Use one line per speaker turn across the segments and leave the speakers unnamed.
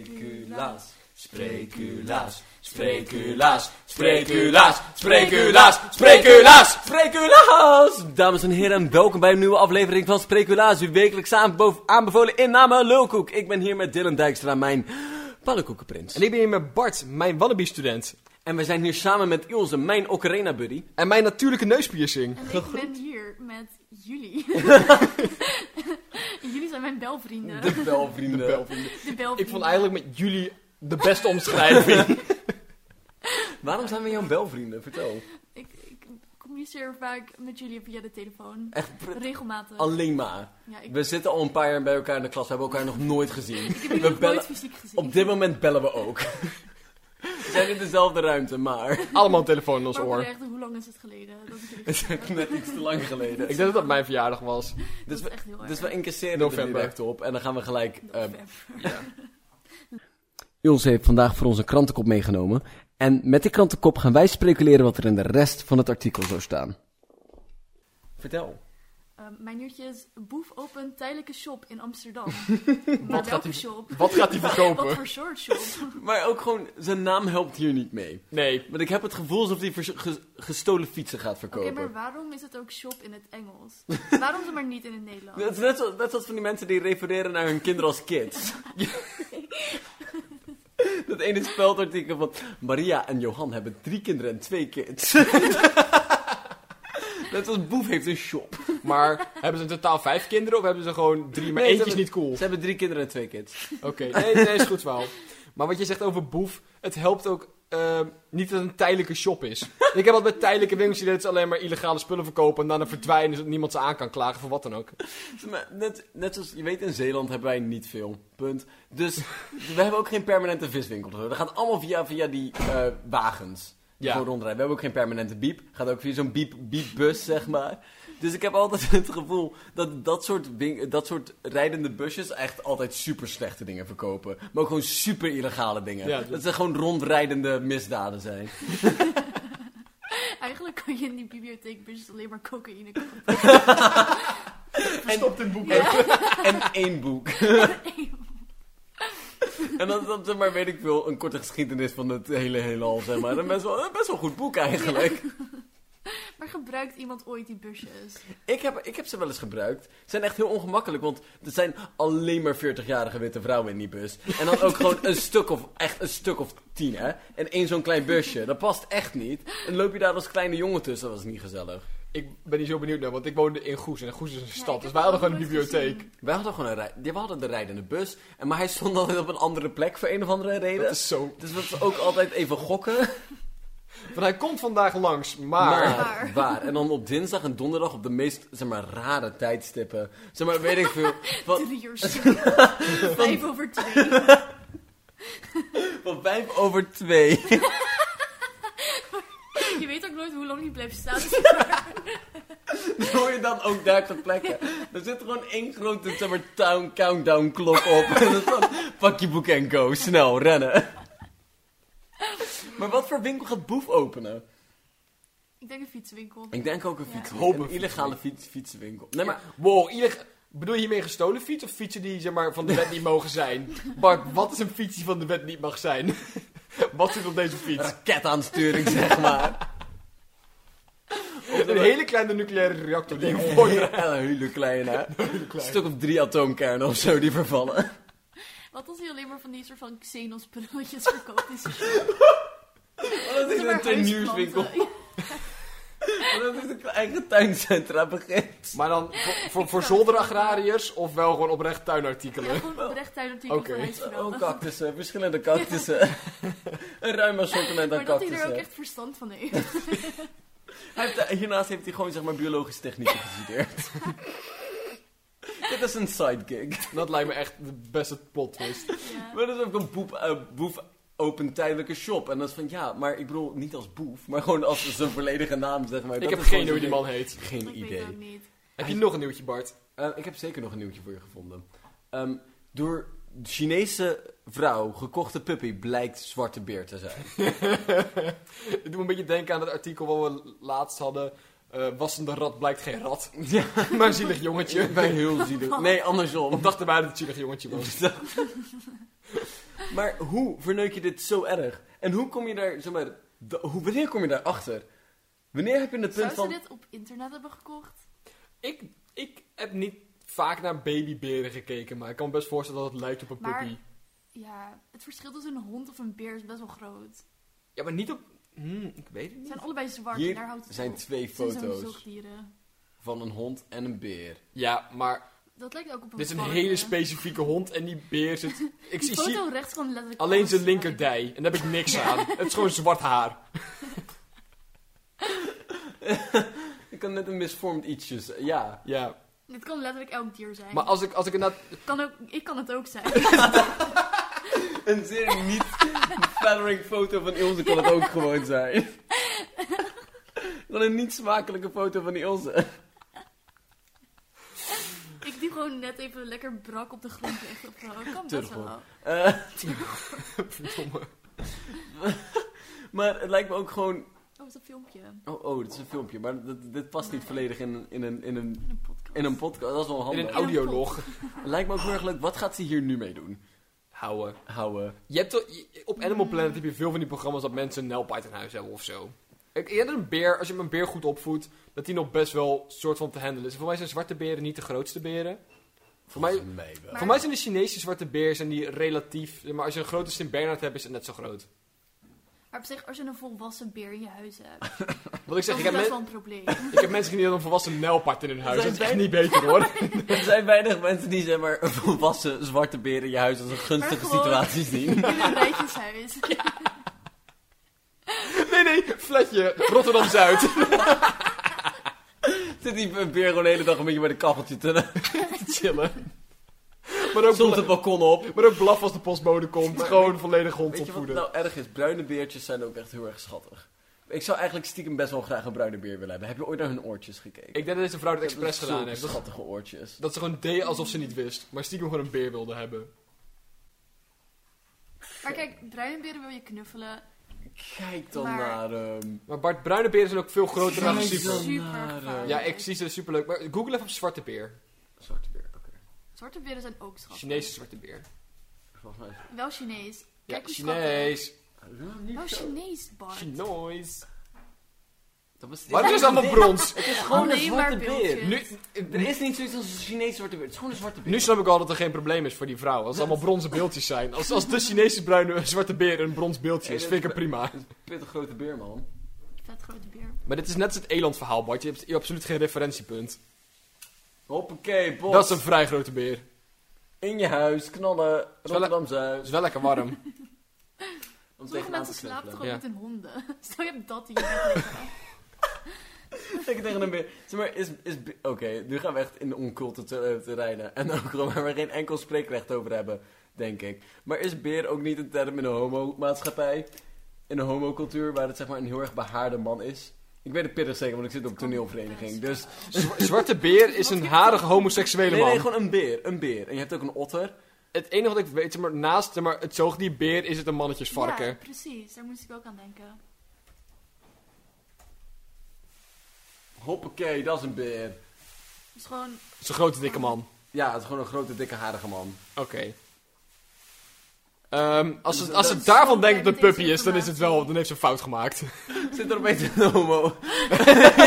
Spreculaas.
Spreculaas, spreculaas, spreculaas, spreculaas, spreculaas, spreculaas! Dames en heren, welkom bij een nieuwe aflevering van Spreculaas. Uw wekelijks aanbo- aanbevolen inname Lulkoek. Ik ben hier met Dylan Dijkstra, mijn pannenkoekenprins.
En ik ben hier met Bart, mijn wannabe-student.
En we zijn hier samen met Ilse, mijn ocarina buddy.
En mijn natuurlijke neuspiercing.
En ik ben hier met jullie. jullie zijn mijn belvrienden.
De belvrienden.
De belvrienden.
Ik vond eigenlijk met jullie de beste omschrijving.
Waarom zijn we jouw belvrienden? Vertel.
Ik, ik communiceer vaak met jullie via de telefoon.
Echt pr-
Regelmatig.
alleen maar.
Ja, ik,
We zitten al een paar jaar bij elkaar in de klas, we hebben elkaar nog nooit gezien.
ik heb jullie
we
nog
bellen-
nooit fysiek gezien.
Op dit moment bellen we ook. We zijn in dezelfde ruimte, maar...
Allemaal een telefoon in ons
Maar
oor.
oprecht, hoe lang is het geleden? Dat ik jullie
Het is
gezien
echt
heb?
net iets te lang geleden.
Ik denk dat dat mijn verjaardag was.
Dat
Dus
is
we,
echt heel erg.
dus we incasseren er
November.
direct op en dan gaan we gelijk...
Dat
eh,
is ver.
Jules heeft vandaag voor ons een krantenkop meegenomen. En met die krantenkop gaan wij speculeren wat er in de rest van het artikel zou staan. Vertel.
Ehm, mijn nieuwtje is, boef opent tijdelijke shop in Amsterdam. maar
gaat
welke
hij-
shop?
Wat gaat hij
Wat
verkopen?
voor soort shop?
Maar ook gewoon, zijn naam helpt hier niet mee.
Nee.
Want ik heb het gevoel alsof hij vers- ge- gestolen fietsen gaat
Oké,
verkopen.
maar waarom is het ook shop in het Engels? waarom ze maar niet in het Nederlands?
Dat is net, zo, net als van die mensen die refereren naar hun kinderen als kids. Dat ene speldartikel van Maria en Johan hebben drie kinderen en twee kids. net als Boef heeft een shop.
Maar hebben ze in totaal vijf kinderen of hebben ze gewoon drie? Maar
Nee, ze
eentje is niet cool.
Ze hebben drie kinderen en twee kids.
Oké, nee, nee, is goed wel. Maar wat je zegt over boef, het helpt ook ehm, niet dat het een tijdelijke shop is. Ik heb al bij tijdelijke winkels die dat ze alleen maar illegale spullen verkopen en daarna verdwijnen zodat niemand ze aan kan klagen voor wat dan ook.
Maar Net, net zoals, je weet, in Zeeland hebben wij niet veel. Punt. Dus we hebben ook geen permanente viswinkel. of zo. Dat gaat allemaal via, via die eh, wagens. Die
Ja.
gewoon rondrijden. We hebben ook geen permanente biep. Gaat ook via zo'n biep, biepbus, zeg maar. Dus ik heb altijd het gevoel dat dat soort, win- dat soort rijdende busjes echt altijd super slechte dingen verkopen. Maar ook gewoon super illegale dingen.
Ja,
dat...
dat-
ze gewoon rondrijdende misdaden zijn.
Eigenlijk kan je in die bibliotheekbusjes alleen maar cocaïne kopen.
Verstopt in boek.
Ja,
En één boek. En dat is dan, zeg maar, weet ik veel, een korte geschiedenis van het hele heelal, zeg maar. Een best wel, een best wel goed boek eigenlijk.
maar gebruikt iemand ooit die busjes?
Ik heb, ik heb ze wel eens gebruikt. Ze zijn echt heel ongemakkelijk, want er zijn alleen maar 40-jarige witte vrouwen in die bus. En dan ook gewoon een stuk of, echt een stuk of tien, hè. En één zo'n klein busje, dat past echt niet. En loop je daar als kleine jongen tussen, dat was niet gezellig.
Ik ben hier zo benieuwd naar, want ik woonde in Goes en Goes is een
Ja,
stad,
ik
dus
heb
wij hadden gewoon een
nooit
bibliotheek.
gezien.
Wij hadden gewoon een rij, ja, we hadden de rijdende bus, en, maar hij stond altijd op een andere plek voor een of andere reden.
Dat is zo.
Dus dat is ook altijd even gokken.
Want hij komt vandaag langs, maar...
waar. En dan op dinsdag en donderdag op de meest, zeg maar, rare tijdstippen. Zeg maar, weet ik veel. Van,
Drie uur 's- Vijf over twee.
van vijf over twee.
Je weet ook nooit hoe lang die blijft staan.
Hoor je dan ook daar ter plekke. Er zit gewoon één grote, zeg maar, town countdown klok op. En dan van, pak je boek en go, snel, rennen. Maar wat voor winkel gaat Boef openen?
Ik denk een fietswinkel.
Ik denk ook een
Ja.
fiets,
Hoop
een
een
illegale fiets, fietsenwinkel. Nee, maar
Wow, ieder... Bedoel je hiermee gestolen fiets of fietsen die zeg maar, van de wet niet mogen zijn? Bart, wat is een fiets die van de wet niet mag zijn? wat zit op deze fiets?
raketaansturing, zeg maar.
Een hele kleine nucleaire reactor die je voor je
Hele, hele kleine, hè? Een stuk of drie atoomkernen of zo die vervallen.
Oh,
Wat als hij alleen maar van die soort van xenos spulletjes verkoopt? Is
Dat is een tuinierswinkel. Oh, Dat is een eigen tuincentra begint.
Maar dan voor, voor,
Ik
voor
zou het
zolderagrariërs of wel gewoon oprecht tuinartikelen?
Ja, gewoon oprecht tijd natuurlijk
Oké.
van huisverhalen.
Oh, cactussen, verschillende cactussen. een ruim assortiment aan
Maar dat hij er
cactussen.
ook echt verstand van heeft.
Hij heeft, eh, hiernaast heeft hij gewoon zeg maar biologische technieken gestudeerd. Dit is een sidegig.
Dat lijkt me echt de beste plot twist.
Ja.
Maar dat is ook een boep, eh, boef open tijdelijke shop. En dat is van ja, maar ik bedoel niet als boef, maar gewoon als zijn volledige naam zeg maar.
Ik
Dat
heb
is gewoon
geen idee hoe die
zo'n
man heet.
ding. Geen
Ik weet het ook
idee.
niet.
Heb je nog een nieuwtje, Bart?
Eh, ik heb zeker nog een nieuwtje voor je gevonden. Ehm, door Chinese vrouw gekochte puppy blijkt zwarte beer te zijn.
Het doet me een beetje denken aan het artikel wat we laatst hadden. eh, wassende rat blijkt geen rat,
Ja,
maar een zielig jongetje.
bij heel
Oh.
zielig. Nee, andersom.
Want dachten wij dat het een zielig jongetje was.
Maar hoe verneuk je dit zo erg? En hoe kom je daar, zeg maar, d- hoe, wanneer kom je daarachter? Wanneer heb je het
Zou
punt
ze
van...
dit op internet hebben gekocht?
Ik, ik heb niet vaak naar babyberen gekeken, maar ik kan me best voorstellen dat het lijkt op een
Maar-
puppy.
Ja, het verschil tussen een hond of een beer is best wel groot.
Ja, maar niet op... Hmm, ik weet het
Ze
niet.
zijn allebei zwart
Hier
en daar houdt
Er
het
zijn
op.
twee
Ze zijn zo'n
foto's
zoogdieren.
van een hond en een beer.
Ja, maar
Dat lijkt ook op een
dit is een
varken.
hele specifieke hond en die beer zit... Ik
Die
zie,
foto
zie
rechts kan letterlijk...
alleen
alles
zijn
zijn.
linkerdij en daar heb ik niks aan. Het is gewoon zwart haar.
Ik kan net een misvormd ietsjes, eh, ja.
Ja,
Dit kan letterlijk elk dier zijn.
maar als ik, als ik inderdaad...
kan ook, ik kan het ook zijn.
Een zeer niet flattering foto van Ilse kan het ook gewoon zijn. Dan een niet smakelijke foto van Ilse.
ik die gewoon net even lekker brak op de grond liggen. of zo. Kan best
Turbo.
wel.
Eh,
Verdomme.
maar het lijkt me ook gewoon...
Oh, is dat filmpje?
Oh, oh, dit is een filmpje, maar dit, dit past niet volledig in, in, een, in, een,
In een podcast.
in een podcast. Dat is wel
In
handig.
een audiolog
Het lijkt me ook heel erg leuk. Wat gaat ze hier nu mee doen?
houden.
Houden.
Je hebt toch, je- op
Hmm.
Animal Planet heb je veel van die programma's dat mensen een nijlpaard in huis hebben of zo. Ik eerder een beer, als je een beer goed opvoedt, dat die nog best wel soort van te handelen is. Voor mij zijn zwarte beren niet de grootste beren. Voor mij,
wel.
Maar-
voor mij zijn de Chinese zwarte beren zijn die relatief. Maar als je een grote Sint Bernard hebt, is het net zo groot.
Maar op zich, als je een volwassen beer in je huis hebt,
Wat
dan
ik zeg,
is dat
ik heb,
best
men-
wel een probleem.
ik heb mensen die een volwassen nijlpaard in hun huis.
Zijn
Dat is echt
zij-
niet beter hoor.
Er zijn weinig mensen die zeg maar, een volwassen zwarte beer in je huis als een gunstige
Maar gewoon-
situatie zien.
In een rijtjeshuis.
Nee, nee, flatje, Rotterdam Zuid.
Zit die beer gewoon de hele dag een beetje bij de kacheltje te
Chillen. Maar ook,
Stond
bla-
het balkon op.
maar ook blaf als de postbode komt. Gewoon volledig hond
Weet je wat
opvoeden.
nou erg is? Bruine beertjes zijn ook echt heel erg schattig. Ik zou eigenlijk stiekem best wel graag een bruine beer willen hebben. Heb je ooit naar hun oortjes gekeken?
Ik denk dat deze vrouw dat
Dat
expres
zijn
gedaan
zulke
heeft. Dat-
Schattige oortjes.
Dat ze gewoon deed alsof ze niet wist, maar stiekem gewoon een beer wilde hebben.
Maar kijk, bruinberen wil je knuffelen.
Kijk dan
Maar-
naar ehm, hem.
Maar Bart, bruine beren zijn ook veel groter en
Zijn
agressiever.
ze?
Super
Ja,
gevaarlijk.
Ja, ik zie ze superleuk. Maar google even op zwarte beer.
Zwarte beer, oké.
Zwarte beren zijn ook schattig.
Chinese zwarte beer.
Volgens mij is
Wel Chinees.
Ja,
Kijk hoe schattig.
Chinees.
Ja, niet
Wel
zo.
Chinees, Bart.
Chinees.
Dat was-
Maar het is allemaal brons.
Het is gewoon een
Alleen
zwarte
maar
beer.
beeldjes.
Nu,
Er is niet zoiets als een Chinese zwarte beer. Het is gewoon een zwarte beer.
nu snap ik al dat er geen probleem is voor die vrouw. Als het allemaal bronzen beeldjes zijn. Als, als de Chinese bruine zwarte beer een brons beeldje is, vind ik het prima.
Het is een pittig grote beer, man.
Vet grote beer.
Maar dit is net als het elandverhaal, Bart. Je hebt hier absoluut geen referentiepunt.
Hoppakee, bot.
Dat is een vrij grote beer.
In je huis, knallen, Rotterdam-Zuid.
Het is wel lekker warm.
Om
Sommige
tegenaan
mensen
te
slapen toch
knuffelen.
ook met
Ja.
hun honden. Stel je hebt dat in je bed liggen.
Ik tegen een beer. Zeg maar, is... is be- Oké, nu gaan we echt in de onculte te- eh, terreinen. En ook gewoon waar we geen enkel spreekrecht over hebben, denk ik. Maar is beer ook niet een term in de homomaatschappij? In de homocultuur, waar het zeg maar een heel erg behaarde man is? Ik weet het pittig zeker, want ik zit op toneelvereniging. Dus
Zwa- Zwarte beer is een harige homoseksuele
Nee, nee,
man.
gewoon een beer. Een beer. En je hebt ook een otter.
Het enige wat ik weet, zeg maar, naast zeg maar, het zoogdier beer is het een mannetjesvarken.
Ja, precies. Daar moest ik ook aan denken.
Hoppakee, dat is een beer.
Dus gewoon...
Het is een grote dikke man.
Ja, het is gewoon een grote, dikke, harige man.
Oké. Ehm, als ze, als ze
Dat is
daarvan
zo
denkt dat het
fijn,
een puppy
deze
is, dan is het wel,
informatie.
dan heeft ze een fout gemaakt.
Zit er opeens een homo.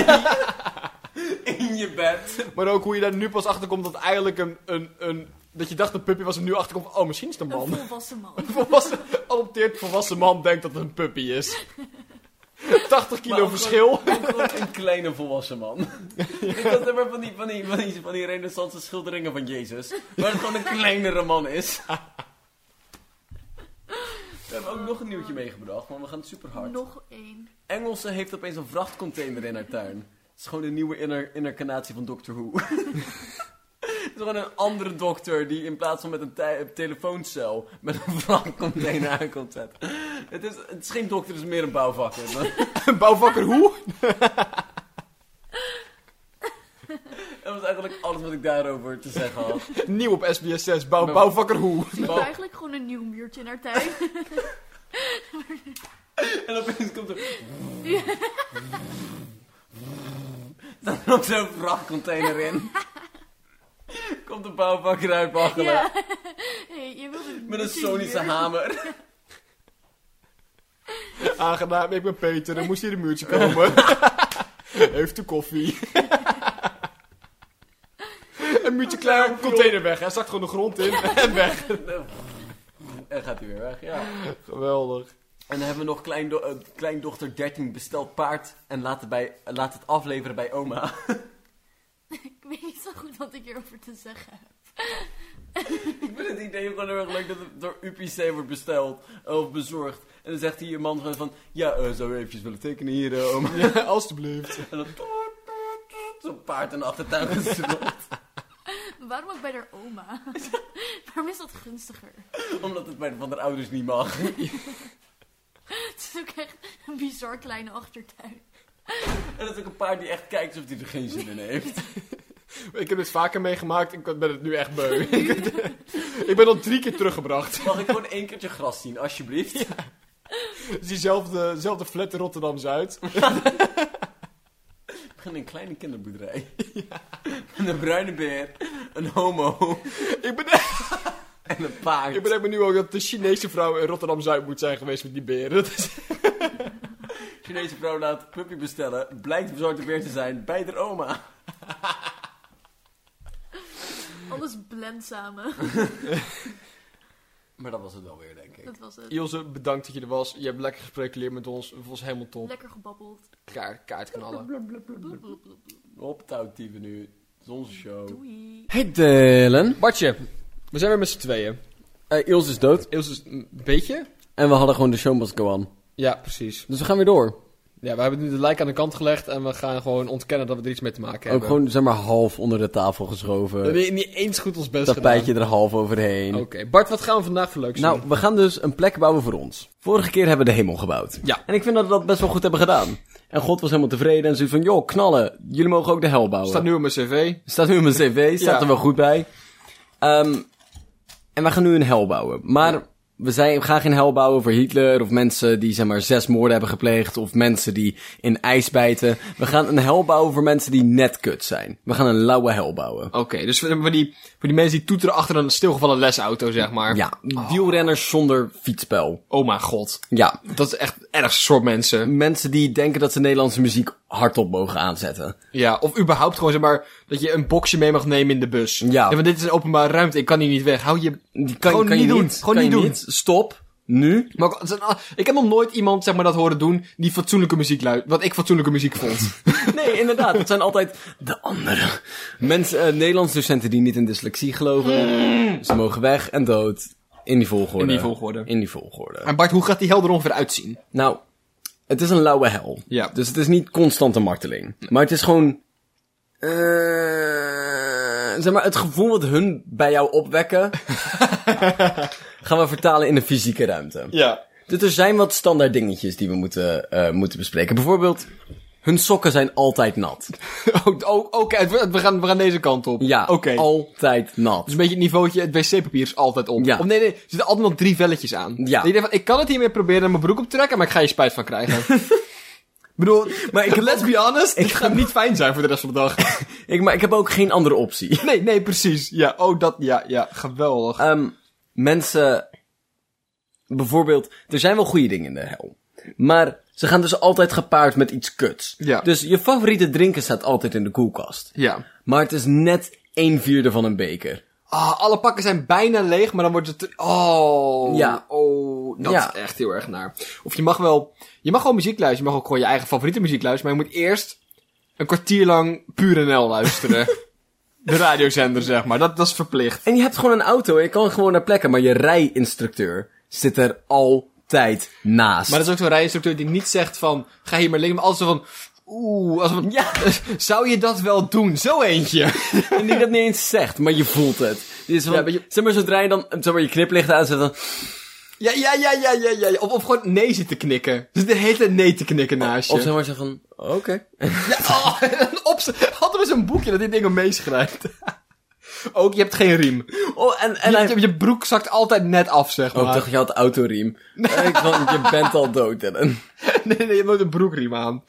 In je bed.
maar ook hoe je daar nu pas achter komt dat eigenlijk een, een, een dat je dacht dat puppy was en nu achterkomt, van, oh misschien is het een
Een
man.
volwassen man.
Een volwassen, adopteerd volwassen man denkt dat het een puppy is. 80
Maar
kilo
ook
verschil.
Ook gewoon een kleine volwassen man. Ik had er maar van die, van, die, van, die, van die renaissance schilderingen van Jezus. Waar het gewoon een kleinere man is. We hebben ook nog een nieuwtje meegebracht, maar we gaan super hard.
Nog één.
Engelse heeft opeens een vrachtcontainer in haar tuin. Het is gewoon de nieuwe inner- incarnatie van Doctor Who. Het is gewoon een andere dokter die in plaats van met een tij- telefooncel met een vrachtcontainer aankomt zetten. Het is, het is geen dokter, het is meer een bouwvakker.
Bouwvakker hoe?
Dat was eigenlijk alles wat ik daarover te zeggen had.
Nieuw op SBS6, bouw,
Maar-
bouwvakker hoe?
Ik
Bouw-
heb eigenlijk gewoon een nieuw muurtje in haar tuin.
En opeens komt er... Dan loopt zo'n vrachtcontainer in. Komt de bouwvakker uit waggelen.
Ja. Hey, je wilde
Met een
natuurlijk
sonische
weer-
hamer.
Aangenaam, ik ben Peter. Dan moest hier een muurtje komen. Heeft de koffie. een muurtje klaar, container weg. Hij zakt gewoon de grond in en weg.
En gaat hij weer weg, ja.
Geweldig.
En dan hebben we nog kleindochter kleindochter 13 besteld paard en laat het, bij, laat het afleveren bij oma.
Ik weet niet zo goed wat ik hierover te zeggen heb.
Ik vind het idee gewoon heel erg leuk dat het door UPC wordt besteld eh, of bezorgd. En dan zegt hier je man gewoon van, ja, eh, zou je eventjes willen tekenen hier, eh, oma?
Ja, alsjeblieft.
En dan toet, toet, toet, zo'n paard in de achtertuin gesloten.
Waarom ook bij haar oma? Waarom is dat gunstiger?
Omdat het bij de- van de ouders niet mag.
Het is ook echt een bizar kleine achtertuin.
En dat is ook een paard die echt kijkt of hij er geen zin in heeft.
Ik heb dit vaker meegemaakt. Ik ben het nu echt beu. ik ben al drie keer teruggebracht.
Mag ik gewoon één keertje gras zien, alsjeblieft?
Het is diezelfde zelfde flat in Rotterdam-Zuid.
We gaan in een kleine kinderboerderij. En een bruine beer, een homo
ik, ben,
en een paard.
ik ben nu ook dat de Chinese vrouw in Rotterdam-Zuid moet zijn geweest met die beren. Dat is-
Chinese vrouw laat een puppy bestellen. Blijkt een bezorgde beer te zijn bij haar oma.
Alles blend samen.
Maar dat was het wel weer, denk ik.
Dat was het.
Ilse, bedankt dat je er was. Je hebt lekker gespreculeerd met ons. Het was helemaal top.
Lekker gebabbeld.
Kaart, kaart knallen.
Bloep, bloep, bloep, bloep.
Op touwtieven nu. Het is onze show.
Doei.
Hey Dylan.
Bartje, we zijn weer met z'n tweeën.
Ilse is dood.
Ilse is een beetje?
En we hadden gewoon de show must go on.
Ja, precies.
Dus we gaan weer door.
Ja, we hebben nu de lijk aan de kant gelegd en we gaan gewoon ontkennen dat we er iets mee te maken
Ook
hebben.
gewoon, zeg maar, half onder de tafel
We
geschoven.
hebben niet eens goed ons best gedaan.
Tapijtje er half overheen.
Oké, Bart, wat gaan we vandaag voor leuks
Nou,
doen?
we gaan dus een plek bouwen voor ons. Vorige keer hebben we de hemel gebouwd.
Ja.
En ik vind dat we dat best wel goed hebben gedaan. En God was helemaal tevreden en zei van, joh, knallen. Jullie mogen ook de hel bouwen.
staat nu op mijn cv.
Staat nu in mijn cv, staat
Ja.
er wel goed bij. Ehm, en we gaan nu een hel bouwen. Maar we, zijn, we gaan geen hel bouwen voor Hitler of mensen die zeg maar zes moorden hebben gepleegd of mensen die in ijs bijten. We gaan een hel bouwen voor mensen die net kut zijn. We gaan een lauwe hel bouwen.
Oké, dus voor, voor die, voor die mensen die toeteren achter een stilgevallen lesauto, zeg maar.
Ja, wielrenners zonder fietsspel.
Oh mijn god.
Ja,
Dat is echt het ergste soort mensen.
mensen die denken dat ze Nederlandse muziek hardop mogen aanzetten.
Ja, of überhaupt gewoon zeg maar dat je een boxje mee mag nemen in de bus.
Ja.
want dit is een openbare ruimte, ik kan hier niet weg. Hou je.
Die kan,
Gewoon
kan
niet
je
doen.
Niet,
Gewoon
kan
niet
je
doen.
Stop. Nu.
Maar ook- het zijn al- ik heb nog nooit iemand zeg maar, dat horen doen die fatsoenlijke muziek luidt. Wat ik fatsoenlijke muziek vond.
Nee, inderdaad. Het zijn altijd de anderen. Mensen, eh, Nederlands docenten die niet in dyslexie geloven. Ze mogen weg en dood. In die volgorde.
Mm. In die volgorde.
In die volgorde.
En Bart, hoe gaat die hel er ongeveer uitzien?
Nou, het is een lauwe hel.
Ja.
Dus het is niet constante marteling. Maar het is gewoon... eh, zeg maar, het gevoel wat hun bij jou opwekken... gaan we vertalen in een fysieke ruimte.
Ja.
Dus er zijn wat standaard dingetjes die we moeten, eh, moeten bespreken. Bijvoorbeeld, hun sokken zijn altijd nat.
Oh, oh, Oké, het wordt- we, gaan, we gaan deze kant op.
Ja,
Oké.
altijd nat.
Dus een beetje het niveautje, het wc-papier is altijd op.
Ja.
Of nee, nee, er zitten altijd nog drie velletjes aan.
Ja.
En je denkt van, ik kan het hiermee proberen en mijn broek op te trekken, maar ik ga je spijt van krijgen. ik bedoel,
Maar ik heb
let's be honest, ik
ik
ga niet fijn zijn voor de rest van de dag.
Ik, maar ik heb ook geen andere optie.
Nee, nee, precies. Ja, oh, dat, ja, ja, geweldig.
Ehm, mensen, bijvoorbeeld, er zijn wel goede dingen in de hel. Maar ze gaan dus altijd gepaard met iets kuts.
Ja.
Dus je favoriete drinken staat altijd in de koelkast.
ja.
Maar het is net een vierde van een beker.
Ah, alle pakken zijn bijna leeg, maar dan wordt het... Oh,
Ja.
oh dat
Ja.
is echt heel erg naar. Of je mag wel... Je mag gewoon muziek luisteren. Je mag ook gewoon je eigen favoriete muziek luisteren. Maar je moet eerst een kwartier lang puur NL luisteren. De radiozender, zeg maar. Dat, dat is verplicht.
En je hebt gewoon een auto en je kan gewoon naar plekken. Maar je rijinstructeur zit er altijd naast.
Maar dat is ook zo'n rijinstructeur die niet zegt van... Ga hier maar liggen. Maar altijd zo van... Oeh, als we-
Ja.
zou je dat wel doen? Zo eentje.
En die dat niet eens zegt, maar je voelt het. Dit is van,
Ja, maar je-
Zeg maar, zodra je dan zeg maar, je kniplicht aanzet, dan...
Ja, ja, ja, ja, ja, ja. ja. Of, of gewoon nee zit te knikken. Dus de hele tijd nee te knikken naast je.
Of zeg maar zo van, oké.
Ja, oh, een opz- Had er eens een boekje dat dit ding om meeschrijft. Ook, je hebt geen riem.
Oh, en, en
Je,
hij...
je, je broek zakt altijd net af, zeg
Oh, ik
maar.
dacht, je had autoriem. En ik van, je bent al dood, Dylan.
nee, nee, je hebt nooit een broekriem aan.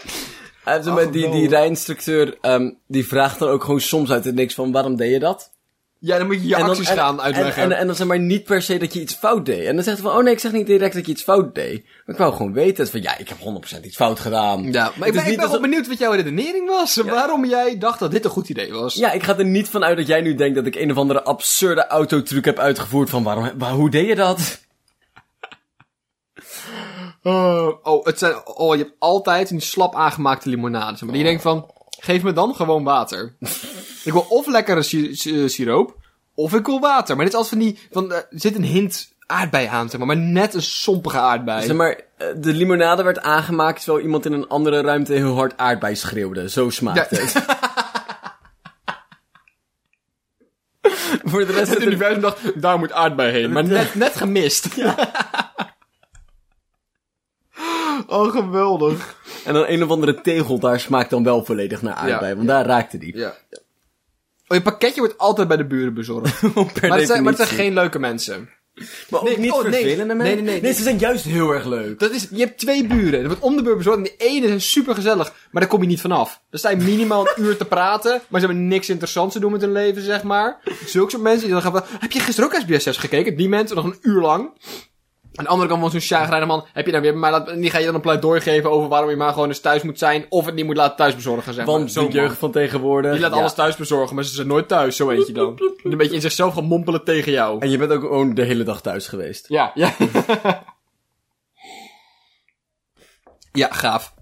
Hij heeft met die, die rijinstructeur, ehm, die vraagt dan ook gewoon soms uit het niks van waarom deed je dat?
Ja, dan moet je je
en dan,
acties
en-
gaan uitleggen.
En, en, en dan zeg maar niet per se dat je iets fout deed. En dan zegt hij van, oh nee, ik zeg niet direct dat je iets fout deed. Maar ik wou gewoon weten. Het is van, ja, ik heb 100% iets fout gedaan.
ja, maar
is
ik ben, ik
niet
ben wel
alsof-
benieuwd wat jouw redenering was. Waarom jij dacht dat dit een goed idee was.
Ja, ik ga er niet van uit dat jij nu denkt dat ik een of andere absurde autotruc heb uitgevoerd van waarom, waar, hoe deed je dat?
Oh, oh, het zijn, oh, je hebt altijd een slap aangemaakte limonade. Maar die denkt van, geef me dan gewoon water. ik wil of lekkere si- si- eh, siroop, of ik wil water. Maar dit is als van die, van, eh, er zit een hint aardbei aan, zeg maar. Maar net een sompige aardbei.
Zeg maar, eh, de limonade werd aangemaakt terwijl iemand in een andere ruimte heel hard aardbei schreeuwde. Zo smaakt
Ja.
het. Voor de rest
het
zit er
universum dacht, daar moet aardbei heen. Maar net, net gemist. oh, geweldig.
En dan een of andere tegel daar smaakt dan wel volledig naar aardbei,
Ja,
want daar raakte die.
Ja. Oh, je pakketje wordt altijd bij de buren bezorgd.
Gewoon per
maar, het zijn, maar het zijn
definitie.
geen leuke mensen.
Maar ook
nee,
niet
oh, nee.
vervelende
Nee,
mensen.
nee, nee.
ze zijn juist heel erg leuk.
Dat is, je hebt twee buren. Er wordt om de beurt bezorgd. En de ene is super gezellig. Maar daar kom je niet vanaf. Dan sta je minimaal een uur te praten. Maar ze hebben niks interessants te doen met hun leven, zeg maar. Zulke soort mensen die dan gaan van... Heb je gisteren ook SBS6 gekeken? Die mensen nog een uur lang. Aan de andere kant was zo'n chagrijnig man. Heb je nou weer bij mij laten... En die ga je dan een pleidooi geven over waarom je maar gewoon eens thuis moet zijn. Of het niet moet laten thuisbezorgen, zeg maar.
Want
Zo'n
de
man.
jeugd van tegenwoordig.
Die laat
ja.
alles thuis bezorgen, maar ze zijn nooit thuis. Zo eentje dan. En een beetje in zichzelf gaan mompelen tegen jou.
En je bent ook gewoon de hele dag thuis geweest.
Ja, ja. ja, gaaf.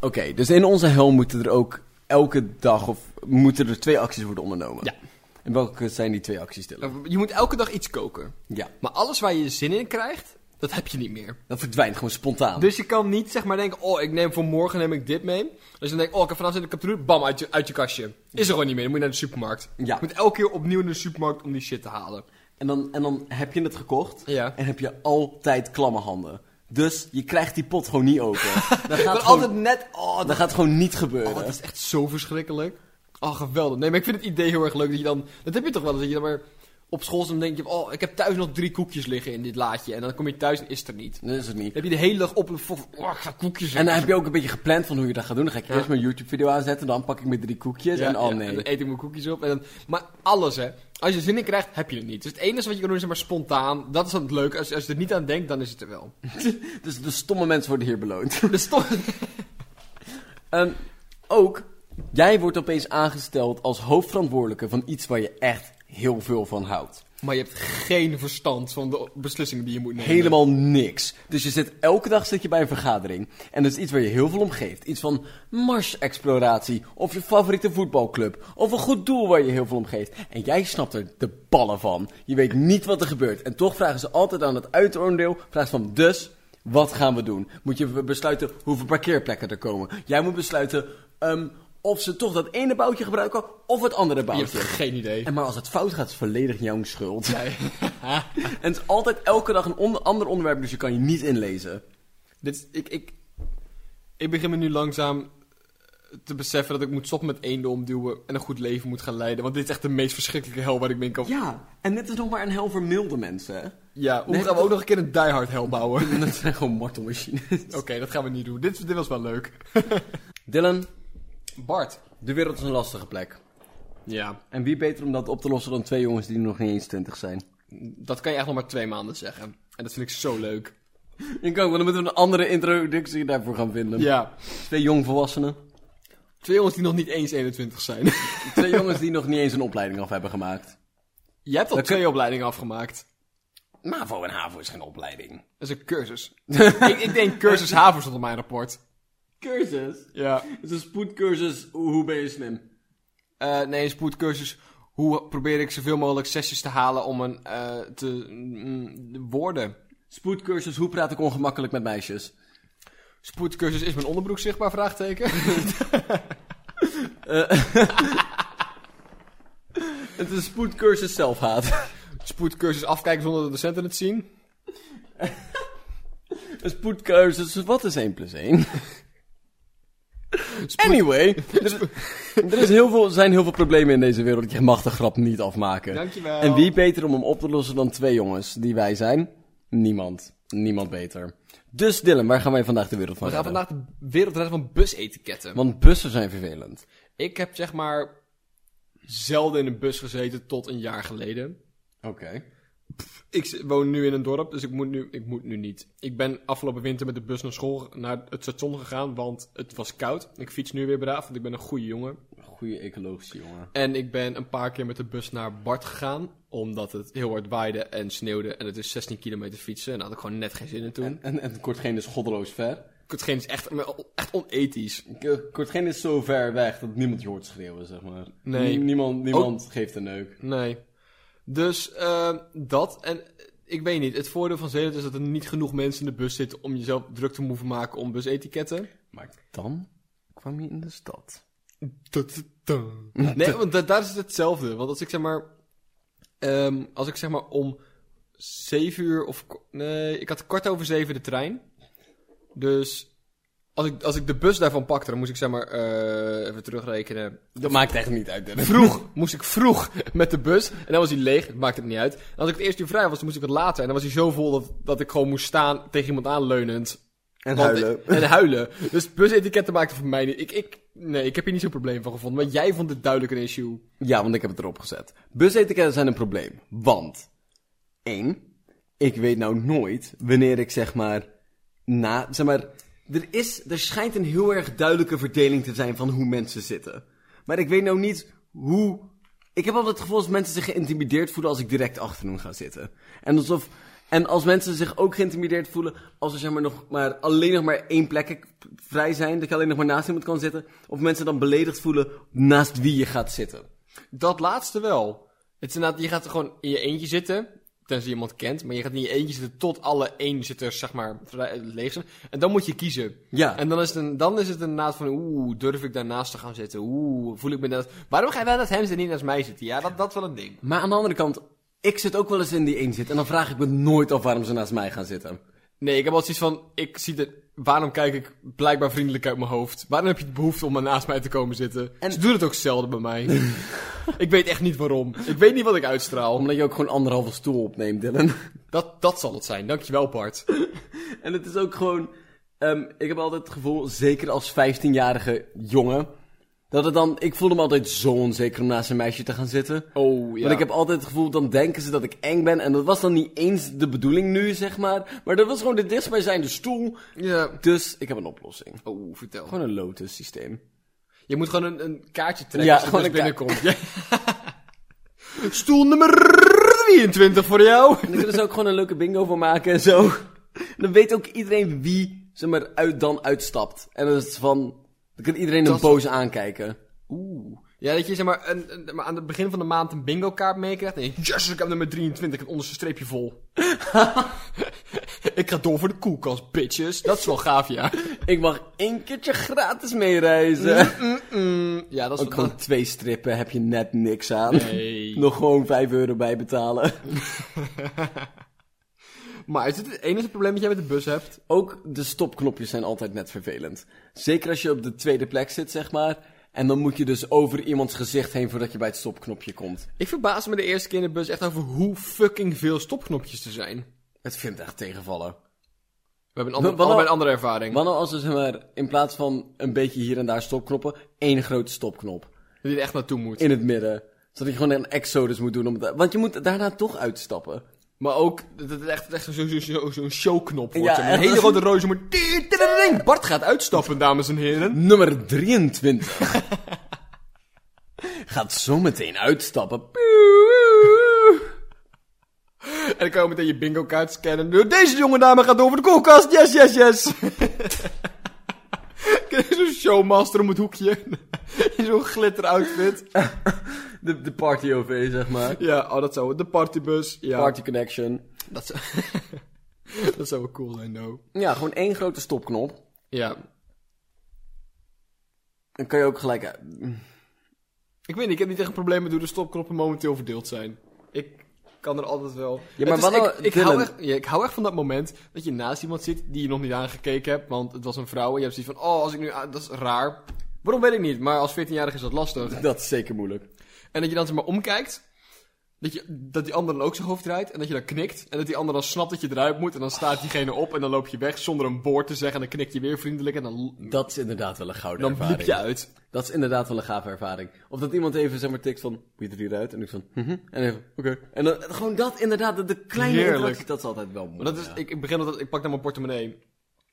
Oké, dus in onze hel moeten er ook elke dag of moeten er twee acties worden ondernomen.
Ja.
En welke zijn die twee acties, Dylan?
Je moet elke dag iets koken.
Ja.
Maar alles waar je zin in krijgt, dat heb je niet meer.
Dat verdwijnt gewoon spontaan.
Dus je kan niet zeg maar denken, oh, ik neem voor morgen neem ik dit mee. Dus dan denk ik, oh, ik heb vanavond zin in de capture, bam, uit je, uit je kastje. Is er gewoon niet meer, dan moet je naar de supermarkt.
Ja.
Je moet elke keer opnieuw naar de supermarkt om die shit te halen.
En, dan, en dan heb je het gekocht
Ja.
en heb je altijd klamme handen. Dus je krijgt die pot gewoon niet open. Dat gaat,
Maar
gewoon,
altijd net, oh,
dat gaat gewoon niet gebeuren.
Oh, dat is echt zo verschrikkelijk. Oh, geweldig. Nee, maar ik vind het idee heel erg leuk dat je dan... Dat heb je toch wel eens, dat je dan maar op school zit en dan denk je... Oh, ik heb thuis nog drie koekjes liggen in dit laadje. En dan kom je thuis en is het er niet.
dat is het niet.
Dan heb je de hele dag op een... fok- Oh, ik ga koekjes
En dan
eten.
heb je ook een beetje gepland van hoe je dat gaat doen. Dan ga ik eerst mijn YouTube-video aanzetten, dan pak ik mijn drie koekjes
Ja,
en oh
ja,
nee.
dan eet ik mijn koekjes op. En dan, maar alles, hè. Als je zin in krijgt, heb je het niet. Dus het enige wat je kan doen is zeg maar spontaan. Dat is dan het leuke. Als, als je er niet aan denkt, dan is het er wel.
Dus de stomme mensen worden hier beloond.
Dus toch...
Ehm, ook, jij wordt opeens aangesteld als hoofdverantwoordelijke van iets waar je echt heel veel van houdt.
Maar je hebt geen verstand van de beslissingen die je moet nemen.
Helemaal niks. Dus je zit elke dag zit je bij een vergadering. En dat is iets waar je heel veel om geeft. Iets van Mars-exploratie. Of je favoriete voetbalclub. Of een goed doel waar je heel veel om geeft. En jij snapt er de ballen van. Je weet niet wat er gebeurt. En toch vragen ze altijd aan het uitoordeel. Vragen ze van dus, wat gaan we doen? Moet je be- besluiten hoeveel parkeerplekken er komen. Jij moet besluiten ehm, of ze toch dat ene boutje gebruiken. Of het andere
Je hebt
boutje.
geen idee.
En maar als het fout gaat, is het volledig jouw schuld.
Ja.
En het is altijd elke dag een on- ander onderwerp, dus je kan je niet inlezen.
Dit is- ik, ik, ik begin me nu langzaam te beseffen dat ik moet stoppen met eenden omduwen en een goed leven moet gaan leiden. Want dit is echt de meest verschrikkelijke hel waar ik me in kan...
Ja, en dit is nog maar een hel voor milde mensen.
Ja, hoe
Nee,
gaan we
dat-
ook nog een keer een diehard hel bouwen? Oké,
hè? Dat zijn gewoon martelmachines.
dat gaan we niet doen. Dit, dit was wel leuk.
Dylan,
Bart.
de wereld is een lastige plek.
Ja,
En wie beter om dat op te lossen dan twee jongens die nog niet eens twintig zijn?
dat kan je echt nog maar twee maanden zeggen. En dat vind ik zo leuk.
Ik ook, want dan moeten we een andere introductie daarvoor gaan vinden.
Ja.
Twee jongvolwassenen.
Twee jongens die nog niet eens 21 zijn.
Twee jongens die nog niet eens een opleiding af hebben gemaakt.
Je hebt al
Dat
twee opleidingen afgemaakt.
MAVO en HAVO is geen opleiding.
Dat is een cursus. ik, ik denk cursus haven stond op mijn rapport.
Cursus?
Ja.
Het is een spoedcursus, hoe ben je slim?
Eh, nee, een spoedcursus. Hoe probeer ik zoveel mogelijk sessies te halen om een eh, te mm, de woorden?
Spoedcursus, hoe praat ik ongemakkelijk met meisjes?
Spoedcursus is mijn onderbroek zichtbaar? Vraagteken.
Het is een spoedcursus zelfhaat.
spoedcursus afkijken zonder dat de docenten het zien.
Een spoedcursus, wat is 1 plus 1? Anyway, er, er is heel veel, zijn heel veel problemen in deze wereld. Je mag de grap niet afmaken.
Dankjewel.
En wie beter om hem op te lossen dan twee jongens die wij zijn? Niemand. Niemand beter. Dus Dylan, waar gaan wij vandaag de wereld van
We gaan
redden?
vandaag de wereld redden van busetiketten.
Want bussen zijn vervelend.
Ik heb zeg maar zelden in een bus gezeten tot een jaar geleden.
Oké.
Ik z- woon nu in een dorp, dus ik moet nu, ik moet nu niet. Ik ben afgelopen winter met de bus naar school, naar het station gegaan, want het was koud. Ik fiets nu weer braaf, want ik ben een goede jongen.
Goeie ecologische jongen.
En ik ben een paar keer met de bus naar Bart gegaan, omdat het heel hard waaide en sneeuwde. En het is 16 kilometer fietsen en daar had ik gewoon net geen zin in toen.
En, en, en Kortgeen is goddeloos ver.
Hetgeen is echt, echt onethisch.
K- Kortgeen eh, is zo ver weg dat niemand je hoort schreeuwen, zeg maar.
Nee.
Nie- niemand niemand geeft een neuk.
Nee. Dus eh, dat en eh, ik weet niet. Het voordeel van Zeeland is dat er niet genoeg mensen in de bus zitten om jezelf druk te hoeven maken om busetiketten.
Maar dan kwam je in de stad.
Nee, want da- daar is het hetzelfde. Want als ik zeg maar, ehm, als ik zeg maar om zeven uur of k- nee, ik had kwart over zeven de trein. Dus als ik, als ik de bus daarvan pakte, dan moest ik zeg maar eh, even terugrekenen.
Dat maakt echt niet uit, Dennis.
Vroeg moest ik vroeg met de bus. En dan was hij leeg. Het maakte het niet uit. En als ik het eerste uur vrij was, dan moest ik het later. En dan was hij zo vol dat, dat ik gewoon moest staan tegen iemand aanleunend.
En
Want-
huilen.
En huilen. Dus busetiketten maakte voor mij niet. Ik, ik, nee, ik heb hier niet zo'n probleem van gevonden. Maar jij vond het duidelijk een issue.
Ja, want ik heb het erop gezet. Busetiketten zijn een probleem. Want, één, ik weet nou nooit wanneer ik zeg maar, na, zeg maar, er is, er schijnt een heel erg duidelijke verdeling te zijn van hoe mensen zitten. Maar ik weet nou niet hoe, ik heb altijd het gevoel dat mensen zich geïntimideerd voelen als ik direct achter hen ga zitten. En alsof, en als mensen zich ook geïntimideerd voelen als er zeg maar nog maar, alleen nog maar één plek vrij zijn, dat je alleen nog maar naast iemand kan zitten, of mensen dan beledigd voelen naast wie je gaat zitten.
Dat laatste wel. Het is inderdaad, je gaat er gewoon in je eentje zitten. Tenzij je iemand kent. Maar je gaat in je eentje zitten tot alle eenzitters, zeg maar, vrij- leeg zijn. En dan moet je kiezen.
Ja.
En dan is het, een, dan is het inderdaad van, oeh, durf ik daarnaast te gaan zitten? Oeh, voel ik me dat... Waarom ga jij wel naast hem zitten en niet naast mij zitten? Ja, dat, dat is wel een ding.
Maar aan de andere kant, ik zit ook wel eens in die één zit en dan vraag ik me nooit af waarom ze naast mij gaan zitten.
Nee, ik heb altijd zoiets van, ik zie het... Waarom kijk ik blijkbaar vriendelijk uit mijn hoofd? Waarom heb je de behoefte om maar naast mij te komen zitten?
En-
Ze doen het ook zelden bij mij. ik weet echt niet waarom. Ik weet niet wat ik uitstraal.
Omdat je ook gewoon anderhalve stoel opneemt, Dylan.
Dat, dat zal het zijn. Dankjewel, Bart.
En het is ook gewoon. ehm, ik heb altijd het gevoel, zeker als 15-jarige jongen. Dat het dan. Ik voelde me altijd zo onzeker om naast een meisje te gaan zitten.
Oh, ja.
Want ik heb altijd het gevoel, dan denken ze dat ik eng ben. En dat was dan niet eens de bedoeling nu, zeg maar. Maar dat was gewoon de dichtstbijzijnde stoel.
Ja.
Dus ik heb een oplossing.
Oh, vertel.
Gewoon een lotus systeem.
Je moet gewoon een, een kaartje trekken
Ja,
als je
gewoon
dus
een
binnenkomt. Ja. Stoel nummer 23 voor jou.
En daar kunnen ze ook gewoon een leuke bingo van maken en zo. En dan weet ook iedereen wie, zeg maar, uit, dan uitstapt. En dat is van. Dan kan iedereen hem
Dat-
boos aankijken.
Oeh. Ja, dat je zeg maar, een, een- maar aan het begin van de maand een bingo kaart meekrijgt. En je, yes, ik heb nummer 23, het onderste streepje vol. ik ga door voor de koelkast, bitches. Dat is wel gaaf, ja.
Ik mag één keertje gratis meereizen.
Mm, ja, dat is
Ook
wel...
gewoon twee strippen heb je net niks aan.
Nee.
Nog gewoon 5 euro bij betalen.
Maar is dit het enige probleem dat jij met de bus hebt?
Ook de stopknopjes zijn altijd net vervelend. Zeker als je op de tweede plek zit, zeg maar. En dan moet je dus over iemands gezicht heen voordat je bij het stopknopje komt.
Ik verbaasde me de eerste keer in de bus echt over hoe fucking veel stopknopjes er zijn.
Het vindt echt tegenvallen.
We hebben een ander,
Wat- wat
allebei een
nou-
andere ervaring.
Maar nou als er zeg maar, in plaats van een beetje hier en daar stopknoppen, één grote stopknop
Dat je er echt naartoe moet.
in het midden. Zodat je gewoon een exodus moet doen. Om het- want je moet daarna toch uitstappen.
Maar ook, dat het echt, echt zo'n zo, zo, zo'n showknop wordt.
Ja,
zeg maar.
en
een hele
dat-
grote roze moet... Tidididing. Bart gaat uitstappen, dames en heren.
Nummer 23. Gaat zo meteen uitstappen.
En dan kan je meteen je bingo kaart scannen. Dus Deze jonge dame gaat over de koelkast. Yes, yes, yes. Ken je zo'n showmaster om het hoekje? In zo'n glitter outfit.
De, de party OV, zeg maar.
Ja, oh, dat zou... De partybus. Ja,
Party Connection.
dat zou... dat zou wel cool zijn, though.
Ja, gewoon één grote stopknop.
Ja.
Dan kan je ook gelijk... eh, uit-
Ik weet niet, ik heb niet echt een probleem met hoe de stopknoppen momenteel verdeeld zijn. Ik kan er altijd wel.
Ja,
Het
maar
is-
wat nou,
ik, ik,
Dylan?
hou echt, ja, ik hou echt van dat moment dat je naast iemand zit die je nog niet aangekeken hebt, want het was een vrouw en je hebt zoiets van, oh, als ik nu, aan- dat is raar. Waarom weet ik niet, maar als 14-jarige is dat lastig.
Dat is zeker moeilijk.
En dat je dan zeg maar omkijkt Dat, je, dat die ander dan ook zijn hoofd draait en dat je dan knikt. En dat die ander dan snapt dat je eruit moet. En dan staat diegene op en dan loop je weg zonder een woord te zeggen. En dan knikt je weer vriendelijk en dan,
Dat is inderdaad wel een gouden
dan bliep
ervaring.
je uit.
Dat is inderdaad wel een gave ervaring. Of dat iemand even zeg maar tikt van, moet je er hieruit? En ik van, mhm. En even, oké. En dan gewoon dat inderdaad, de, de kleine
Heerlijk.
interactie, dat is altijd wel mooi.
Maar dat is,
ja.
ik, ik begin altijd, ik pak dan mijn portemonnee.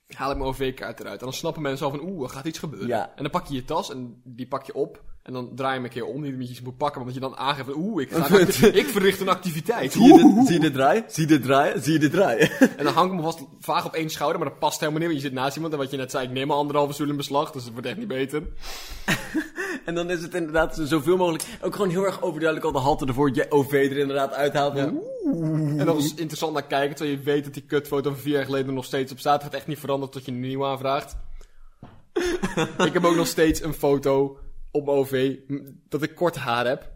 Haal ik mijn OV-kaart eruit. En dan snappen mensen al van, oeh, er gaat iets gebeuren.
Ja.
En dan pak je je tas en die pak je op. En dan draai je hem een keer om, niet dat je iets moet pakken. Maar dat je dan aangeeft, van, oeh, ik, ga een acti- ik verricht een activiteit.
Zie je, dit, zie je dit draaien? Zie je dit draaien? Zie je dit draaien?
En dan hang ik me vast vaag op één schouder, maar dat past helemaal niet. Want je zit naast iemand en wat je net zei, ik neem al anderhalve stoel in beslag. Dus het wordt echt niet beter.
en dan is het inderdaad zo- zoveel mogelijk, ook gewoon heel erg overduidelijk al de halte ervoor, je OV er inderdaad uithaalt.
Ja.
Oeh.
En dat is interessant naar kijken, terwijl je weet dat die kutfoto van vier jaar geleden er nog steeds op staat. Het gaat echt niet veranderen tot je een nieuw aanvraagt. ik heb ook nog steeds een foto op mijn OV m, dat ik kort haar heb.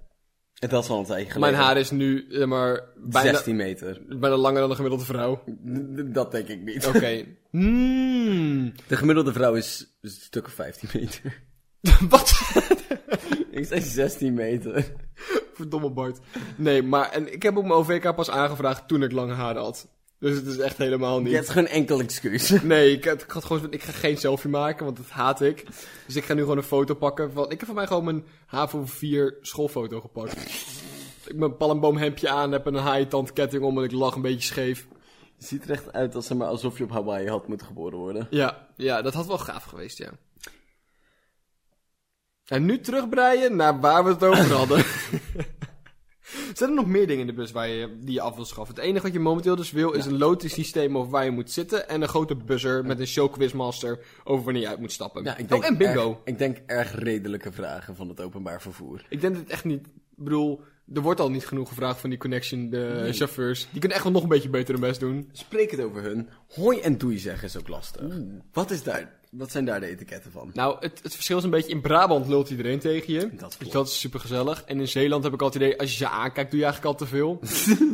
En dat is al een tijdje geleden.
Mijn haar is nu zeg maar bijna,
16 meter.
bijna langer dan een gemiddelde vrouw. Oké.
D- d- Dat denk ik niet.
Hmm.
De gemiddelde vrouw is is een stuk of 15 meter.
Wat?
ik zei 16 meter.
Verdomme Bart. Nee, maar en ik heb ook mijn OVK pas aangevraagd toen ik lang haar had. Dus het is echt helemaal niet.
Je hebt geen enkel excuus.
Nee, ik, had- ik, had gewoon, ik ga geen selfie maken, want dat haat ik. Dus ik ga nu gewoon een foto pakken. Van, ik heb van mij gewoon mijn HAVO 4 schoolfoto gepakt. ik mijn palmboomhemdje aan heb en een haaientand ketting om en ik lach een beetje scheef.
Het ziet er echt uit als, zeg maar, alsof je op Hawaii had moeten geboren worden.
Ja, ja, dat had wel gaaf geweest, ja. En nu terugbreien naar waar we het over hadden. Zijn er nog meer dingen in de bus waar je, die je af wil schaffen? Het enige wat je momenteel dus wil is een lotussysteem over waar je moet zitten. En een grote buzzer met een showquizmaster over wanneer je uit moet stappen. oh, en bingo.
erg- ik denk erg redelijke vragen van het openbaar vervoer.
Ik denk dat het echt niet... Ik bedoel, er wordt al niet genoeg gevraagd van die connection de chauffeurs. Die kunnen echt wel nog een beetje beter hun best doen.
Spreek het over hun. Hoi en doei zeggen is ook lastig. Wat, is daar, wat zijn daar de etiketten van?
Nou, het, het verschil is een beetje... In Brabant lult iedereen tegen je.
klopt.
Dus dat is supergezellig. En in Zeeland heb ik altijd het idee... Als je ze aankijkt, doe je eigenlijk al te veel.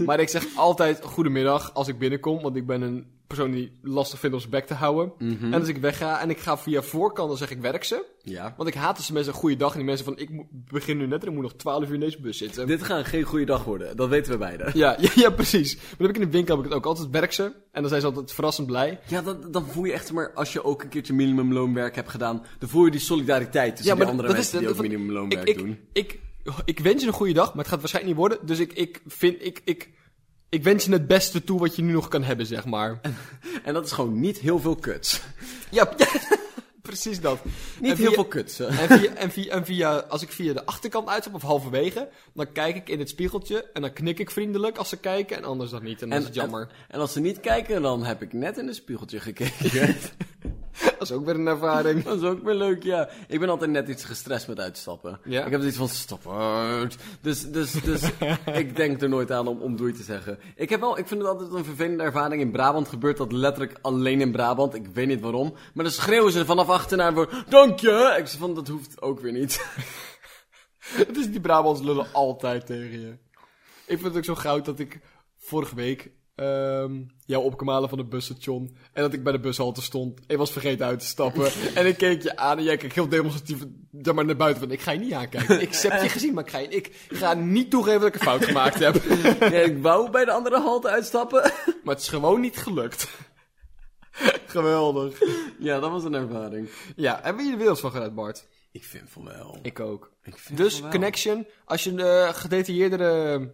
maar ik zeg altijd goedemiddag als ik binnenkom. Want ik ben een persoon die lastig vindt om zijn bek te houden.
Mhm.
En als ik wegga en ik ga via voorkant, dan zeg ik werk ze.
Ja.
Want ik haat als mensen een goede dag. En die mensen van... Ik moet- begin nu net en ik moet nog 12 uur in deze bus zitten.
Dit gaat geen goede dag worden, dat weten we beiden.
Ja, ja, ja, precies. Maar dan heb ik in de winkel heb ik het ook altijd werk ze. En dan zijn ze altijd verrassend blij.
Ja, dat, dan voel je echt, zeg maar, als je ook een keertje minimumloonwerk hebt gedaan, dan voel je die solidariteit tussen die andere mensen die ook
van-
minimumloonwerk
ik,
doen.
Ik, ik, ik wens je een goede dag, maar het gaat waarschijnlijk niet worden. Dus ik, ik vind, ik, ik, ik wens je het beste toe wat je nu nog kan hebben, zeg maar.
En dat is gewoon niet heel veel kuts.
ja, ja, precies dat.
Niet
En
heel
via-
veel kuts. hè.
En, via, en, via, en via, als ik via de achterkant uitstap of halverwege, dan kijk ik in het spiegeltje en dan knik ik vriendelijk als ze kijken en anders dan niet. En dan is het jammer.
En, en als ze niet kijken, dan heb ik net in een spiegeltje gekeken.
Dat is ook weer een ervaring.
dat is ook weer leuk, ja. Ik ben altijd net iets gestrest met uitstappen.
Ja?
Ik heb zoiets van, stap uit. Dus, dus, dus ik denk er nooit aan om, om doei te zeggen. Ik, heb wel, ik vind het altijd een vervelende ervaring. In Brabant gebeurt dat letterlijk alleen in Brabant. Ik weet niet waarom. Maar dan schreeuwen ze vanaf achternaar voor, dank je. Ik zeg van, dat hoeft ook weer niet.
Het is Dus die Brabants lullen altijd tegen je. Ik vind het ook zo goud dat ik vorige week ehm, jou op kon halen van het busstation. En dat ik bij de bushalte stond. Ik was vergeten uit te stappen. en ik keek je aan en jij keek heel demonstratief daar maar naar buiten. Van, ik ga je niet aankijken. Ik heb je gezien, maar ik ga, je- ik ga niet toegeven dat ik een fout gemaakt heb.
Ja, ik wou bij de andere halte uitstappen.
maar het is gewoon niet gelukt. Geweldig.
ja, dat was een ervaring.
Ja, hebben jullie er werelds van gered, Bart?
Ik vind van wel.
Ik ook.
Ik vind
Dus
van wel.
Connection, als je eh, gedetailleerdere ehm,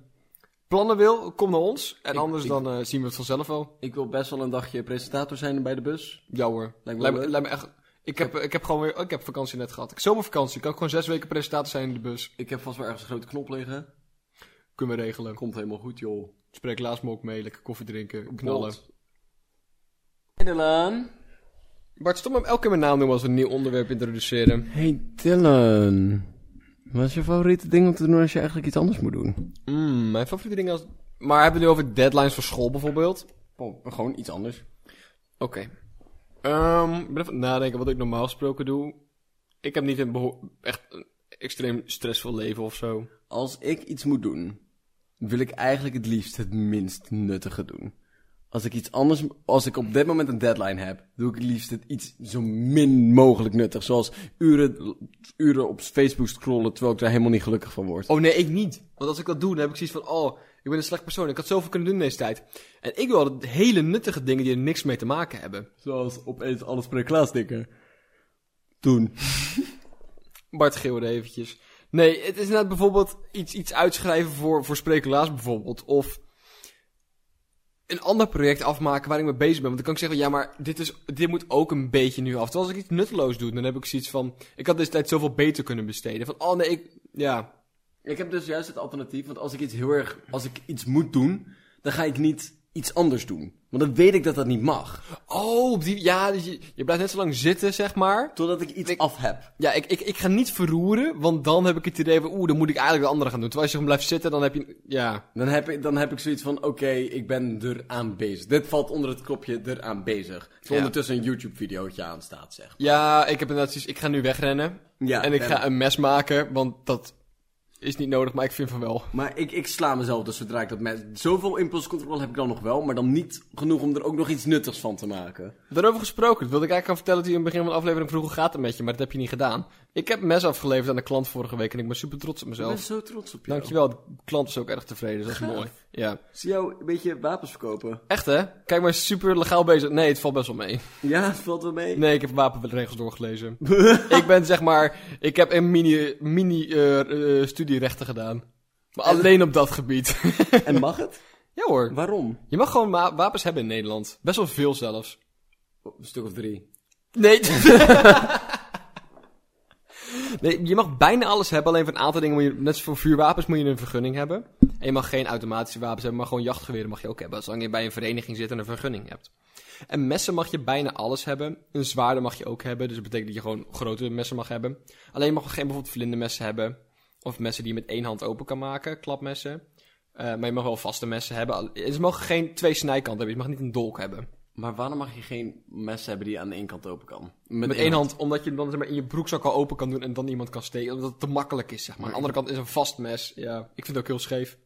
plannen wil, kom naar ons. En anders
ik-
dan eh, zien we het vanzelf wel.
Ik wil best wel een dagje presentator zijn bij de bus.
Ja hoor.
me
Lijkt me,
leuk.
lijkt me echt... Ik heb, ik heb gewoon weer... oh, ik heb vakantie net gehad. Ik zomervakantie. Kan ik gewoon zes weken presentator zijn in de bus.
Ik heb vast wel ergens een grote knop liggen.
Kunnen we regelen.
Komt helemaal goed, joh.
Spreek laatst me ook mee. Lekker koffie drinken. Knallen.
Hey Dylan.
Bart, stom hem elke keer mijn naam noemen als we een nieuw onderwerp introduceren.
Hey Dylan. Wat is je favoriete ding om te doen als je eigenlijk iets anders moet doen?
Mm, mijn favoriete dingen als... Maar hebben we nu over deadlines voor school bijvoorbeeld?
gewoon iets anders.
Oké. Ehm, ik ben even aan het nadenken wat ik normaal gesproken doe. Ik heb niet een beho- echt een extreem stressvol leven of zo.
Als ik iets moet doen, wil ik eigenlijk het liefst het minst nuttige doen. Als ik iets anders, als ik op dit moment een deadline heb, doe ik het liefst het iets zo min mogelijk nuttig. Zoals uren, uren op Facebook scrollen terwijl ik daar helemaal niet gelukkig van word.
Oh nee, ik niet. Want als ik dat doe, dan heb ik zoiets van, oh, ik ben een slecht persoon. Ik had zoveel kunnen doen in deze tijd. En ik wil altijd hele nuttige dingen die er niks mee te maken hebben.
Zoals opeens alles per klaas dikken. Toen.
Bart geeuwde eventjes. Nee, het is net bijvoorbeeld iets, iets uitschrijven voor, voor sprekelaars bijvoorbeeld. Of een ander project afmaken waar ik mee bezig ben. Want dan kan ik zeggen, ja, maar dit, is, dit moet ook een beetje nu af. Terwijl als ik iets nutteloos doe, dan heb ik zoiets van... Ik had deze tijd zoveel beter kunnen besteden. Van, oh nee, ik... Ja,
Ik heb dus juist het alternatief, want als ik iets heel erg, als ik iets moet doen, dan ga ik niet iets anders doen. Want dan weet ik dat dat niet mag.
Oh, op die, ja, dus je, je blijft net zo lang zitten, zeg maar.
Totdat ik iets af heb.
Ja, ik, ik, ik ga niet verroeren, want dan heb ik het idee van... Oeh, dan moet ik eigenlijk de andere gaan doen. Terwijl als je gewoon blijft zitten, dan heb je... Ja.
Dan heb ik, dan heb ik zoiets van, oké, ik ben eraan bezig. Dit valt onder het knopje eraan bezig. Terwijl
Ja.
ondertussen een YouTube-videootje aan staat, zeg.
Ja, ik heb inderdaad zoiets... Ik ga nu wegrennen.
Ja,
en ik
en-
ga een mes maken, want dat is niet nodig, maar ik vind van wel.
Maar ik, ik sla mezelf dus zodra ik dat met... Zoveel impulscontrole heb ik dan nog wel, maar dan niet genoeg om er ook nog iets nuttigs van te maken.
Daarover gesproken, dat wilde ik eigenlijk gaan vertellen... dat u in het begin van de aflevering vroeg, hoe gaat het met je? Maar dat heb je niet gedaan. Ik heb een mes afgeleverd aan de klant vorige week... en ik ben super trots op
Ik ben
mezelf.
zo trots op jou.
Dankjewel, de klant is ook erg tevreden, dus dat is
Gaaf.
mooi. Ja.
Zie jou een beetje wapens verkopen.
Echt hè? Kijk maar, super legaal bezig. Nee, het valt best wel mee.
Ja, het valt wel mee.
Nee, ik heb wapenregels doorgelezen. ik ben zeg maar, ik heb een mini, mini eh, eh, studierechten gedaan. Maar alleen op dat gebied.
En mag het?
ja hoor.
Waarom?
Je mag gewoon wa- wapens hebben in Nederland. Best wel veel zelfs.
Een stuk of drie.
Nee. nee, je mag bijna alles hebben. Alleen van een aantal dingen moet je, net als voor vuurwapens, moet je een vergunning hebben. En je mag geen automatische wapens hebben, maar gewoon jachtgeweren mag je ook hebben. Zolang je bij een vereniging zit en een vergunning hebt. En messen mag je bijna alles hebben. Een zwaarden mag je ook hebben. Dus dat betekent dat je gewoon grote messen mag hebben. Alleen je mag geen bijvoorbeeld vlindermessen hebben. Of messen die je met één hand open kan maken, klapmessen. Eh, maar je mag wel vaste messen hebben. Al- Ze mogen geen twee snijkanten hebben. Je mag niet een dolk hebben.
Maar waarom mag je geen mes hebben die aan de ene kant open kan?
Met één hand, omdat je hem dan zeg maar, in je broekzak al open kan doen en dan iemand kan steken. Omdat het te makkelijk is, zeg maar. Aan de andere kant is een vast mes. Ja, ik vind het ook heel scheef.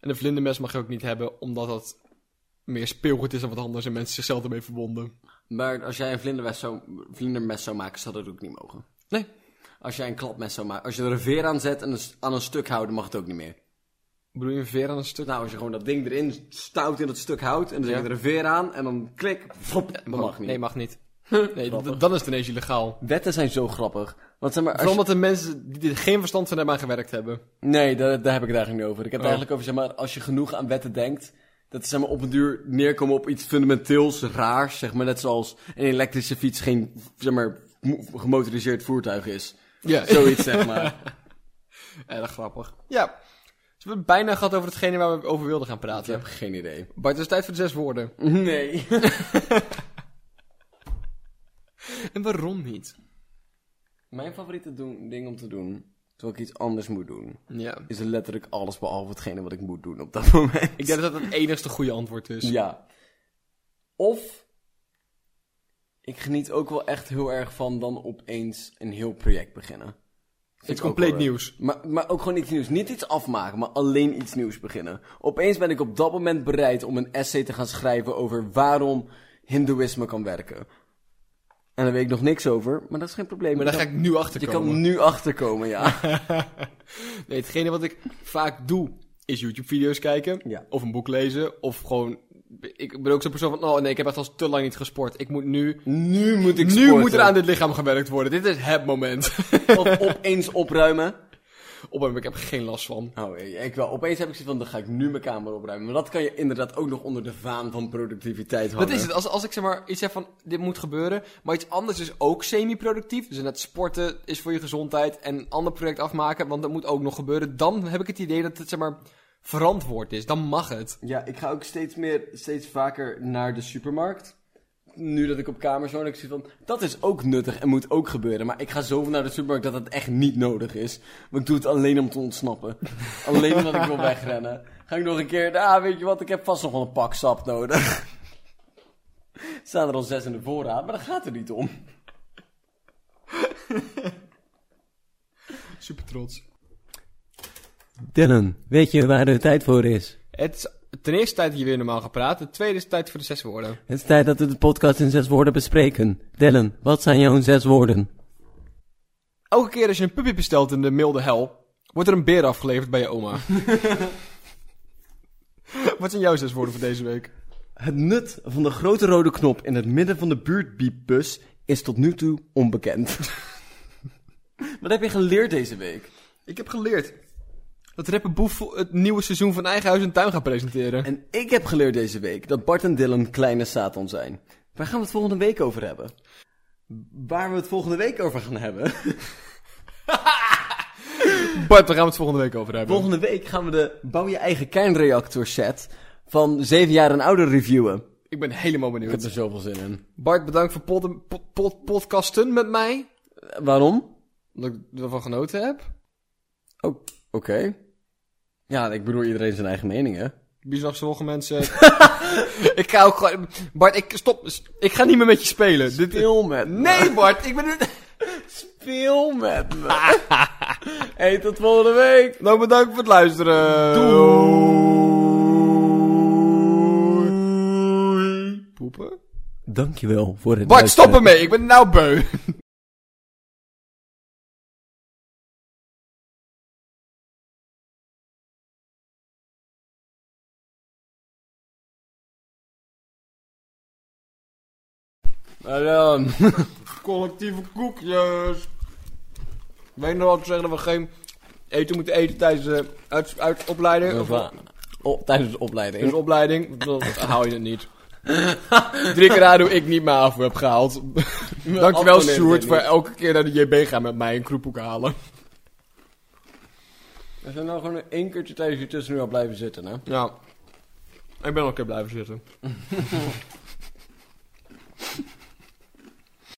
En een vlindermes mag je ook niet hebben, omdat dat meer speelgoed is dan wat anders en mensen zichzelf ermee verbonden.
Maar als jij een vlindermes zou, vlindermes zou maken, zou dat ook niet mogen.
Nee.
Als jij een klapmes zou maken, als je er een veer aan zet en een s- aan een stuk houden, mag het ook niet meer.
Bedoel je een veer aan een stuk?
Nou, als je gewoon dat ding erin stout in dat stuk hout en dan zet je
Ja.
er een veer aan en dan klik, flop, dat mag niet.
Nee, mag niet. Nee, d- dan is het ineens illegaal.
Wetten zijn zo grappig. Want zeg maar, als
Vooral omdat de mensen die er geen verstand van hebben aan gewerkt hebben.
je- Nee, daar, daar heb ik het eigenlijk niet over. Ik heb
Oh.
het eigenlijk over, zeg maar, als je genoeg aan wetten denkt, dat ze zeg maar, op een duur neerkomen op iets fundamenteels raars. Zeg maar, net zoals een elektrische fiets geen, zeg maar, mo- gemotoriseerd voertuig is.
Ja,
Zoiets, zeg maar.
erg grappig. Ja. Dus we hebben het bijna gehad over hetgene waar we over wilden gaan
Ik
praten.
heb geen idee.
Bart, het is tijd voor de zes woorden.
Mm. Nee.
En waarom niet?
Mijn favoriete doen- ding om te doen, terwijl ik iets anders moet doen,
Ja.
is letterlijk alles behalve hetgene wat ik moet doen op dat moment.
Ik denk dat dat het enigste goede antwoord is.
Ja. Of, ik geniet ook wel echt heel erg van dan opeens een heel project beginnen.
Iets compleet nieuws.
Maar, maar ook gewoon iets nieuws. Niet iets afmaken, maar alleen iets nieuws beginnen. Opeens ben ik op dat moment bereid om een essay te gaan schrijven over waarom hindoeïsme kan werken. En daar weet ik nog niks over, maar dat is geen probleem.
Maar daar ga ik nu achter
Je
komen.
kan nu achterkomen, ja.
Nee, hetgene wat ik vaak doe is YouTube-video's kijken.
Ja.
Of een boek lezen. Of gewoon... Ik ben ook zo'n persoon van... Oh nee, ik heb echt al te lang niet gesport. Ik moet nu...
nu moet ik
Nu moet er aan dit lichaam gewerkt worden. Dit is het moment.
Of opeens opruimen.
Op hem, ik heb geen last van.
Oh, ik wel. Opeens heb ik zoiets van, dan ga ik nu mijn kamer opruimen. Maar dat kan je inderdaad ook nog onder de vaan van productiviteit hangen.
Dat is het. Als, als ik zeg maar iets heb van dit moet gebeuren, maar iets anders is ook semi-productief. Dus net sporten is voor je gezondheid en een ander project afmaken, want dat moet ook nog gebeuren. Dan heb ik het idee dat het zeg maar verantwoord is. Dan mag het.
Ja, ik ga ook steeds meer, steeds vaker naar de supermarkt. Nu dat ik op kamers woon, ik zie van, dat is ook nuttig en moet ook gebeuren. Maar ik ga zoveel naar de supermarkt dat het echt niet nodig is. Want ik doe het alleen om te ontsnappen. alleen omdat ik wil wegrennen. Ga ik nog een keer, ah, weet je wat, ik heb vast nog wel een pak sap nodig. Staan er al zes in de voorraad, maar dat gaat er niet om.
Super trots.
Dylan, weet je waar de tijd voor is?
Het is ten eerste tijd dat je weer normaal gaat praten. Ten tweede is het tijd voor de zes woorden.
Het is tijd dat we de podcast in zes woorden bespreken. Dylan, wat zijn jouw zes woorden?
Elke keer als je een puppy bestelt in de milde hel, wordt er een beer afgeleverd bij je oma. Wat zijn jouw zes woorden voor deze week?
Het nut van de grote rode knop in het midden van de buurtbiepbus is tot nu toe onbekend. Wat heb je geleerd deze week?
Ik heb geleerd dat rapper Boef het nieuwe seizoen van Eigen Huis en Tuin gaat presenteren.
En ik heb geleerd deze week dat Bart en Dylan kleine Satan zijn. Waar gaan we het volgende week over hebben? Waar we het volgende week over gaan hebben?
Bart, daar gaan we het volgende week over hebben.
Volgende week gaan we de bouw je eigen kernreactor set van 7 jaar en ouder reviewen.
Ik ben helemaal
Ik
benieuwd.
heb er zoveel zin in.
Bart, bedankt voor pod- pod- pod- podcasten met mij.
Waarom?
Omdat ik ervan genoten heb.
Oh, oké. Ja, ik bedoel iedereen zijn eigen mening, hè?
Bijzonder sommige mensen. ik ga ook gewoon... Bart, ik, stop. Ik ga niet meer met je spelen. Dit
Speel met me.
Nee, Bart, ik ben nu...
Speel met me. hey, tot volgende week.
Nou, bedankt voor het luisteren. Doei. Poepen?
Dankjewel voor het
Bart,
luisteren.
stop ermee. Ik ben nou beu.
Hallo.
Collectieve koekjes. Weet je nog wat zeggen dat we geen eten moeten eten tijdens de uit, uit opleiding? Of-
eh, Op, tijdens de opleiding.
tijdens de opleiding? Dan haal je het niet. Drie keer aan hoe ik niet mijn AVO heb gehaald. Dankjewel,
Anton heeft
Sjoerd,
het
voor
niet.
elke keer naar de JB gaan met mij een kroephoek halen.
We zijn nou gewoon één keertje tijdens je tussenuur al blijven zitten, hè?
Ja. Ik ben nog een keer blijven zitten.